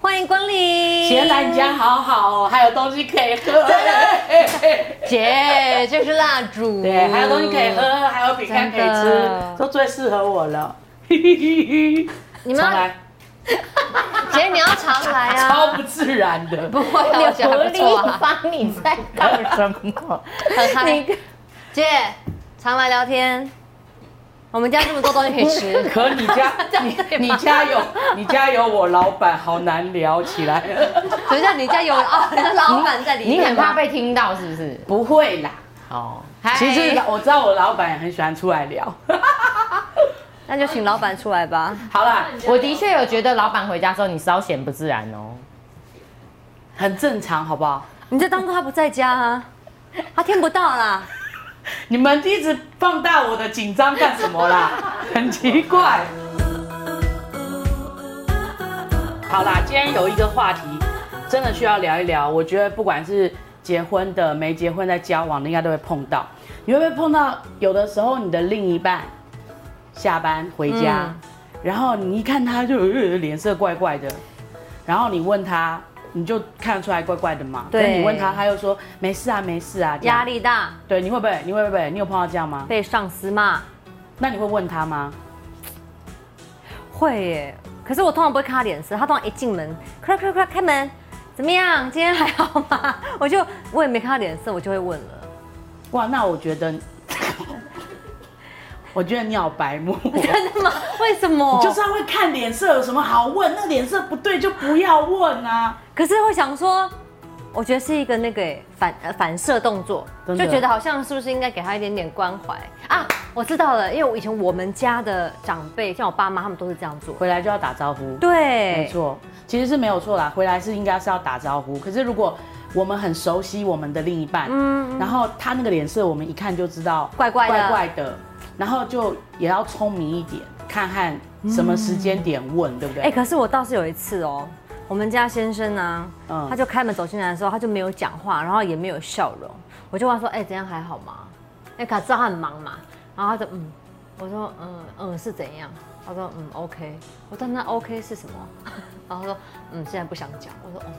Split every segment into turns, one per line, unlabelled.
欢迎光临。
显 然你家好好哦，还有东西可以喝。
姐，这是蜡烛。
对，还有东西可以喝，。还有饼干可以吃
真的，
都最适合我了。嘿嘿嘿嘿
你
重
们要
来，
姐，你要常来
超
啊。
不自然 的。
不会啊，
柳
我觉得还不
伯 利
错啊，
芳，你在干什么？
很
你
嗨。
跟
姐，常来聊天。我们家这么多东西可以 吃，
可你家你你家有你家有我老板，好难聊起来。
等一下你家有 啊，你的老板在里面
你很怕
吗
被听到是不是？
不会啦，
哦，
其实
嗨
我知道我老板也很喜欢出来聊。
那就请老板出来吧。
好啦，
我的确有觉得老板回家之后你稍显不自然哦。
很正常，好不好？
你就当做他不在家啊，他听不到啦。
你们一直放大我的紧张干什么啦？很奇怪。好啦，今天有一个话题，真的需要聊一聊。我觉得不管是结婚的、没结婚在交往的，应该都会碰到。你会不会碰到有的时候你的另一半下班回家，然后你一看他就、呃脸色怪怪的，然后你问他，你就看得出来怪怪的嘛。
对
可是你问他，他又说没事啊，没事啊。这样
压力大，
对，你会不会？你会不会？你有碰到这样吗？
被上司骂，
那你会问他吗？
会耶。可是我通常不会看他脸色，他通常一进门，快快快开门，怎么样？今天还好吗？ 我就我也没看他脸色，我就会问 了。
哇，那我觉得，我觉得你好白目， 你
真的吗？为什么？
就是要会看脸色，有什么好问？那脸色不对就不要问啊。
可是会想说，我觉得是一个那个耶反呃反射动作，
真
就
的
觉得好像是不是应该给他一点点关怀啊？我知道了，因为我以前我们家的长辈，像我爸妈，他们都是这样做。
回来就要打招呼，
对，
没错，其实是没有错啦。回来是应该是要打招呼，可是如果我们很熟悉我们的另一半，
嗯
然后他那个脸色我们一看就知道
怪怪的
怪怪的，然后就也要聪明一点，看看什么时间点问，对不对？
哎、可是我倒是有一次哦，我们家先生呢、
嗯
他就开门走进来的时候，他就没有讲话，然后也没有笑容。我就问他说：“哎、怎样还好吗？”哎、可知道他很忙嘛，然后他就嗯，我说嗯嗯是怎样？他说嗯 OK，我说那 OK 是什么？ 然后他说嗯现在不想讲。我说哦，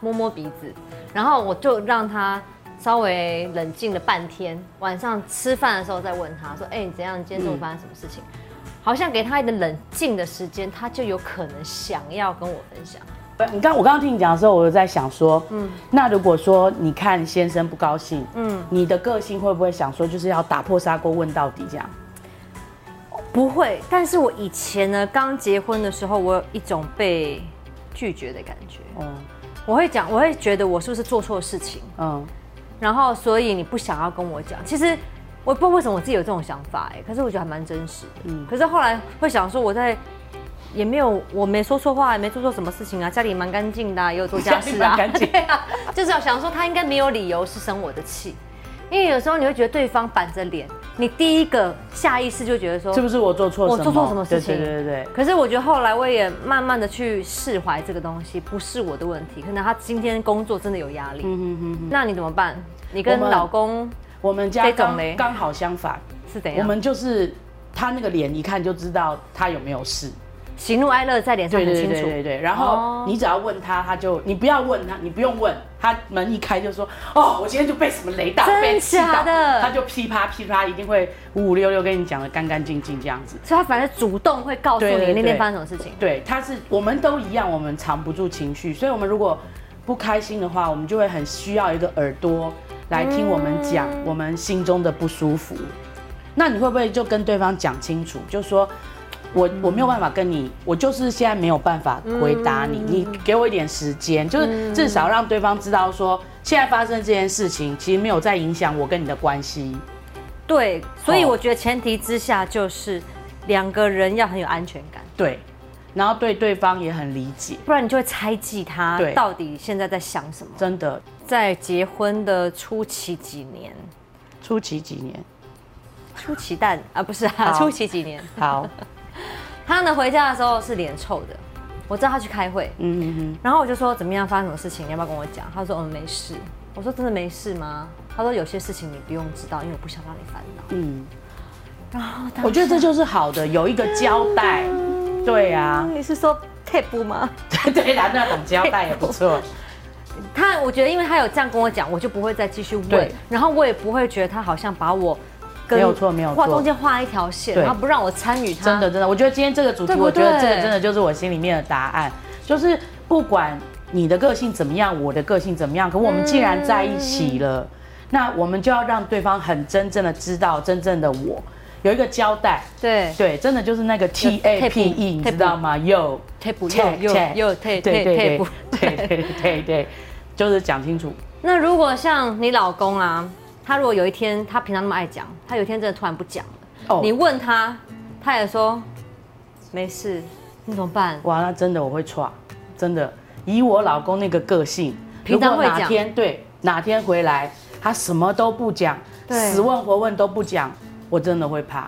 摸摸鼻子，然后我就让他。稍微冷静了半天，晚上吃饭的时候再问他说：“哎、你怎样？今天中午发生什么事情？”好像给他一点冷静的时间，他就有可能想要跟我分享。
不呃你刚我刚刚听你讲的时候，我就在想说，嗯，那如果说你看先生不高兴，嗯
嗯，
你的个性会不会想说就是要打破砂锅问到底这样？
不会，但是我以前呢，刚结婚的时候，我有一种被拒绝的感觉。
嗯
我会讲，我会觉得我是不是做错事情，
嗯，
然后所以你不想要跟我讲。其实我不知道为什么我自己有这种想法，哎，可是我觉得还蛮真实的。
嗯
可是后来会想说，我在也没有，我没说错话，也没做错什么事情啊，家里蛮干净的啊、也有做 家事啊，
家里蛮干净
对啊，就是想说他应该没有理由是生我的气，因为有时候你会觉得对方板着脸，你第一个下意识就觉得说
是不是我做错什么？
我做错什么事情
对对对对对
可是我觉得后来我也慢慢的去释怀这个东西，不是我的问题，可能他今天工作真的有压力，那你怎么办？你跟
我们
老公
我们家
这种
刚
嘞哎
刚好相反，
是怎
我
样？
们就是他那个脸一看就知道他有没有事，
喜怒哀乐在脸上
对
很
对
清
对对
楚，
对对。然后
哦
你只要问他，他就你不要问他，你不用问，他门一开就说哦，我今天就被什么雷到，
真
被气到，
假的
他就噼啪噼啪，一定会五五六六跟你讲的干干净净这样子。
所以他反而主动会告诉
对对
你
对
那天发生什么事情。
对，他是我们都一样，我们藏不住情绪，所以我们如果不开心的话，我们就会很需要一个耳朵来听我们讲我们心中的不舒服。那你会不会就跟对方讲清楚，就说我我没有办法跟你，我就是现在没有办法回答你，你给我一点时间，就是至少让对方知道说现在发生这件事情，其实没有在影响我跟你的关系。
对所以
好
我觉得前提之下就是两个人要很有安全感，
对，然后对对方也很理解，
不然你就会猜忌他
对
到底现在在想什么。
真的。
在结婚的初期几年，
初期几年，
初期但啊不是啊，
好
初期几年。
好，
他呢回家的时候是脸臭的，我知道他去开会，
嗯嗯嗯。
然后我就说怎么样，发生什么事情，你要不要跟我讲？他说嗯没事。我说真的没事吗？他说有些事情你不用知道，因为我不想让你烦恼。
嗯，
哦然后他
我觉得这就是好的，有一个交代。对啊，
你是说 tape 吗？
对啦，那绑胶带也不错。
他，我觉得因为他有这样跟我讲，我就不会再继续问
对，
然后我也不会觉得他好像把我跟
没有错没有错
画中间画一条线，
对
然后不让我参与他。
真的，真的，我觉得今天这个主题，
对不
我觉得这个
对
真的就是我心里面的答案，就是不管你的个性怎么样，我的个性怎么样，可我们既然在一起了，那我们就要让对方很真正的知道真正的我，有一个交代。
对
对，真的就是那个 T A P E，你知道吗？又
tape 又又
tap，
又
对
tape
对对
tape
对对对对对，就是讲清楚。
那如果像你老公啊，他如果有一天他平常那么爱讲，他有一天真的突然不讲了，
哦
你问他，他也说没事，那怎么办？
哇，那真的我会歘，真的。以我老公那个个性，
平常
如果
会
哪
讲
天对哪天回来，他什么都不讲，
对
死问活问都不讲，我真的会怕，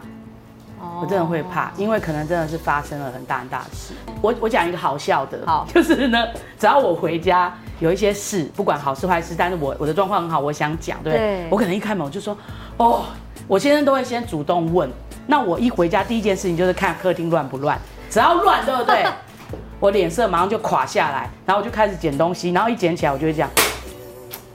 哦
我真的会怕，因为可能真的是发生了很大很大的事。我我讲一个好笑的，
好
就是呢，只要我回家有一些事，不管好事坏事，但是我我的状况很好，我想讲，对不对
对
我可能一开门我就说，哦，我先生都会先主动问，那我一回家第一件事情就是看客厅乱不乱，只要乱，对不对？我脸色马上就垮下来，然后我就开始捡东西，然后一捡起来我就会这样，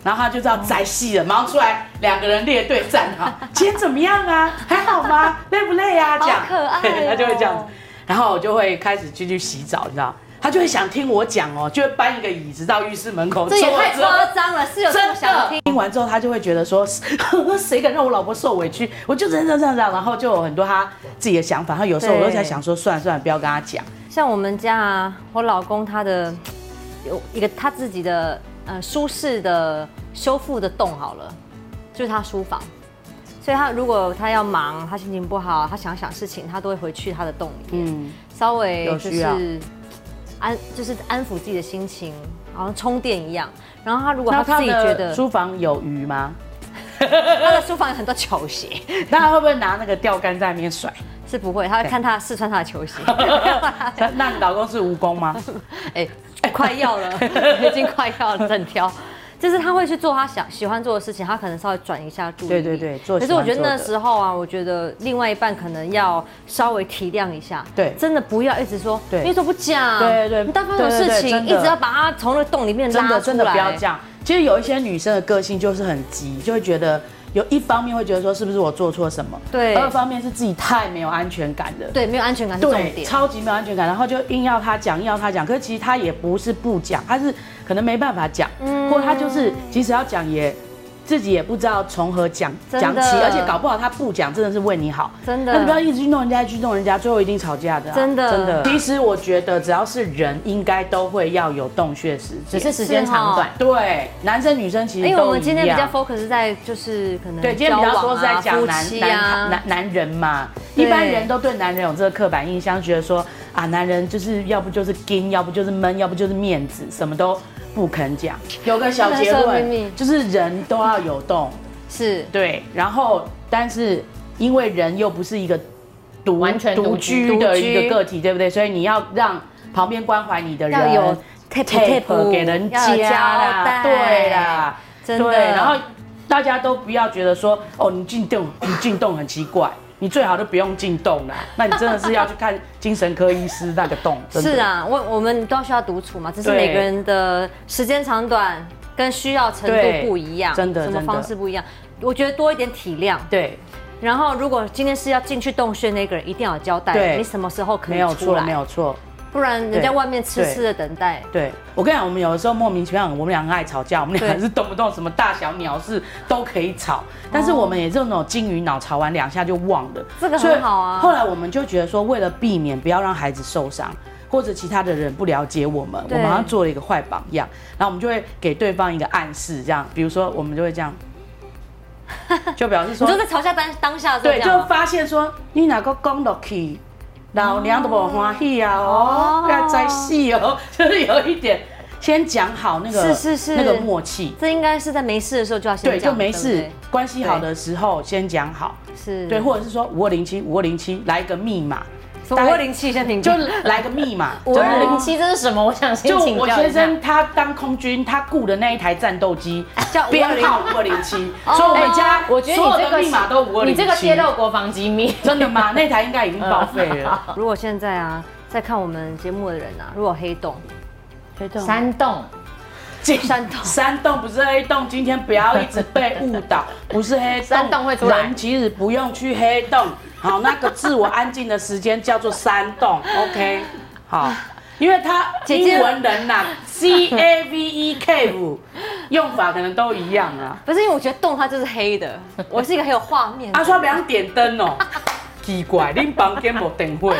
然后他就知道宅戏了，马上出来两个人列队站好，今天怎么样啊？还好吗？累不累啊？这样
好可爱哦
对他就会这样子，然后我就会开始进去洗澡，你知道。他就会想听我讲哦，就会搬一个椅子到浴室门口坐
这
着。
也太夸张了，是有这么想听？
听完之后，他就会觉得说， 谁敢让我老婆受委屈？我就这样这样这样这样，然后就有很多他自己的想法。他有时候我
对
都在想说，算了算了，不要跟他讲。
像我们家啊，我老公他的有一个他自己的呃舒适的修复的洞好了，就是他书房。所以他如果他要忙，他心情不好，他想想事情，他都会回去他的洞里面。
嗯，
稍微
有
就
需要
是安，就是安抚自己的心情，好像充电一样。然后他如果
那
他
他
自己觉得
的书房有鱼吗？
他的书房有很多球鞋，
那他会不会拿那个钓竿在那边 甩？
是不会，他会看他试穿他的球鞋。
那那你老公是蜈蚣吗？
哎、快要了， 已经快要了，整挑。就是他会去做他想喜欢做的事情，他可能稍微转一下注意力。
对对对做
可
喜欢做的
是我觉得那时候啊，我觉得另外一半可能要稍微体谅一下。
对
真的不要一直说，
对
你怎么不讲？
对对对
你大发生什么
对对对
事情，
真
一
的
直要把他从那洞里面拉
真
出来。
的真的不要这样。其实有一些女生的个性就是很急，就会觉得有一方面会觉得说是不是我做错什么，
对
二方面是自己太没有安全感了。
对，没有安全感是重
对，
点。
超级没有安全感，然后就硬要他讲，硬要他讲，可是其实他也不是不讲，他是可能没办法讲，
嗯
或者他就是即使要讲也。自己也不知道从何讲
真的
讲起，而且搞不好他不讲真的是为你好，
真的
那你不要一直去弄人家，去弄人家，最后一定吵架的啊、
真的
真的。其实我觉得只要是人，应该都会要有洞穴时
只
间，
是时间长短。
对男生女生其实都
哦因为我们今天
一
比
样
较 focus 在就是可能
对，今天
嗯
比
交
较
往
说是在
啊
讲
夫
男
妻
男
啊
男，男人嘛，
对
一般人都对男人有这个刻板印象，觉得说啊，男人就是要不就是硬，要不就是闷，要不就是面子，什么都不肯讲。有个小结
不能说秘密
论，就是人都要有动，
是
对，然后但是因为人又不是一个独
完全独
独
居
居的
独居
一个个体，对不对？所以你要让旁边关怀你的
要
人
有 tape
tape 给人家
要有交
啦
代，，
对啦，
真的。
对，然后大家都不要觉得说，哦，你进洞， 你进洞很奇怪，你最好都不用进洞啦。那你真的是要去看精神科医师那个洞，真的
是，啊，我我们都需要独处嘛，只是
对
每个人的时间长短跟需要程
对
度不一样，
真的
什么
真的
方式不一样。我觉得多一点体谅，
对，
然后如果今天是要进去洞穴那个人，一定要有交代，
对
你什么时候可
没有
以出
错，没
来，
有错。
不然人家
对
外面痴痴的等待。
对我跟你讲，我们有的时候莫名其妙，我们俩很爱吵架，我们俩
对
是动不动什么大小鸟事都可以吵，但是我们也是那种金鱼脑，吵完两下就忘了，
这个很
所以
好啊
后来我们就觉得说，为了避免不要让孩子受伤。或者其他的人不了解我们，我
对
们好像做了一个坏榜样，然后我们就会给对方一个暗示，这样，比如说我们就会 这样，就表示
你
说
就，在吵架当当下这
对，就
样吗，啊
发现说你哪个讲落去，老娘都不欢喜啊！哦
哦，
要再戏哦， 就是有一点先讲好那个
是是是
那个默契，
这应该是在没事的时候就要先
对，
讲，
就没
对
事
不对，
关系好的时候先讲好，
是
对，或者是说五二零七五二零七来一个密码，
五二零七先停，
就来个密码，
五
就
二
是
零七这是什么？我想先
啊就
请
我
教一
先
下。
生他当空军，他雇的那一台战斗机
叫520
编号五二零七，所以我们家
我觉得
所有
你这
的
个
密码都五二零
你
七。
这个泄露国防机密。
真的吗？那台应该已经报废了。
如果现在啊，在看我们节目的人啊，如果有黑洞、
黑洞
山洞
山洞
山洞不是黑洞，今天不要一直被误 导，不是黑洞，
山洞会出来
人其实不用去黑洞，好，那个自我安静的时间叫做山洞，OK，好， 因为它
姐姐
英文人呐、c A V E K 五用法可能都一样啊啦。
不是因为我觉得洞它就是黑 的，我是一个很有画面的
他。说啊不要点灯哦，奇怪，恁房间无灯 会，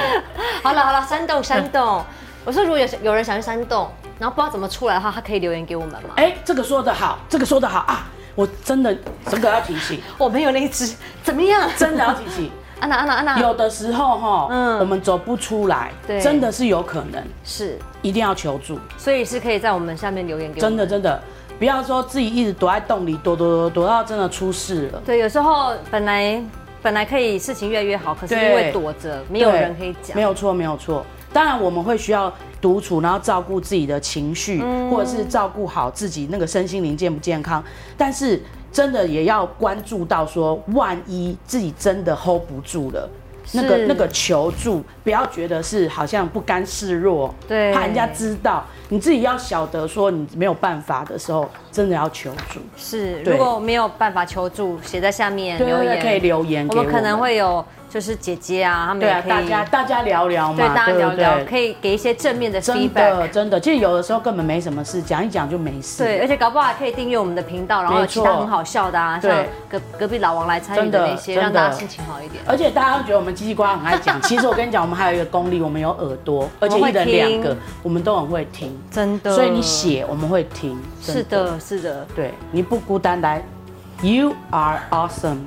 好了好了，山
嗯
洞山洞，我说如果有有人想去山洞，然后不知道怎么出来的话，他可以留言给我们吗？
哎，这个说的好，这个说的好啊，我真的真的要提醒，
我没有那一只，怎么样？
真的要提醒。
安娜安娜安娜，
有的时候哈，
嗯
我们走不出来，
对
真的是有可能，
是，
一定要求助，
所以是可以在我们下面留言给我
真
们。
的真的，不要说自己一直躲在洞里躲躲躲躲到真的出事了。
对，有时候本来本来可以事情越来越好，可是因为
对
躲着，没有
对
人可以讲
没。有错，没有错。当然，我们会需要独处，然后照顾自己的情绪，
嗯
或者是照顾好自己那个身心灵健不健康。但是，真的也要关注到说，万一自己真的 hold 不住了。那个
是
那个求助，不要觉得是好像不甘示弱，
对
怕人家知道，你自己要晓得说你没有办法的时候，真的要求助。
是，
对
如果没有办法求助，写在下面
对
留
对对，
言，
可以留言
我
给我
们可能会有就是姐姐啊，他们
对
也
啊，
可以
大家大家聊聊嘛，
对大家聊
不
聊，可以给一些正面的
真
feedback。
的真的，其实有的时候根本没什么事，讲一讲就没事。
对，而且搞不好还可以订阅我们的频道，然后有
没
其
错
他很好笑的啊，
对
像隔隔壁老王来参与
真
的
的
那些，
真的
让大家心情好一点。
而且大家都觉得我们叽叽呱呱很 爱讲，其实我跟你讲，我们还有一个功力，我们有耳朵，而且一人两
我们会
个
听，
我们都很会听。
真的，
所以你写我们会听，真
是，的，是的，
对，你不孤单，来，You are awesome，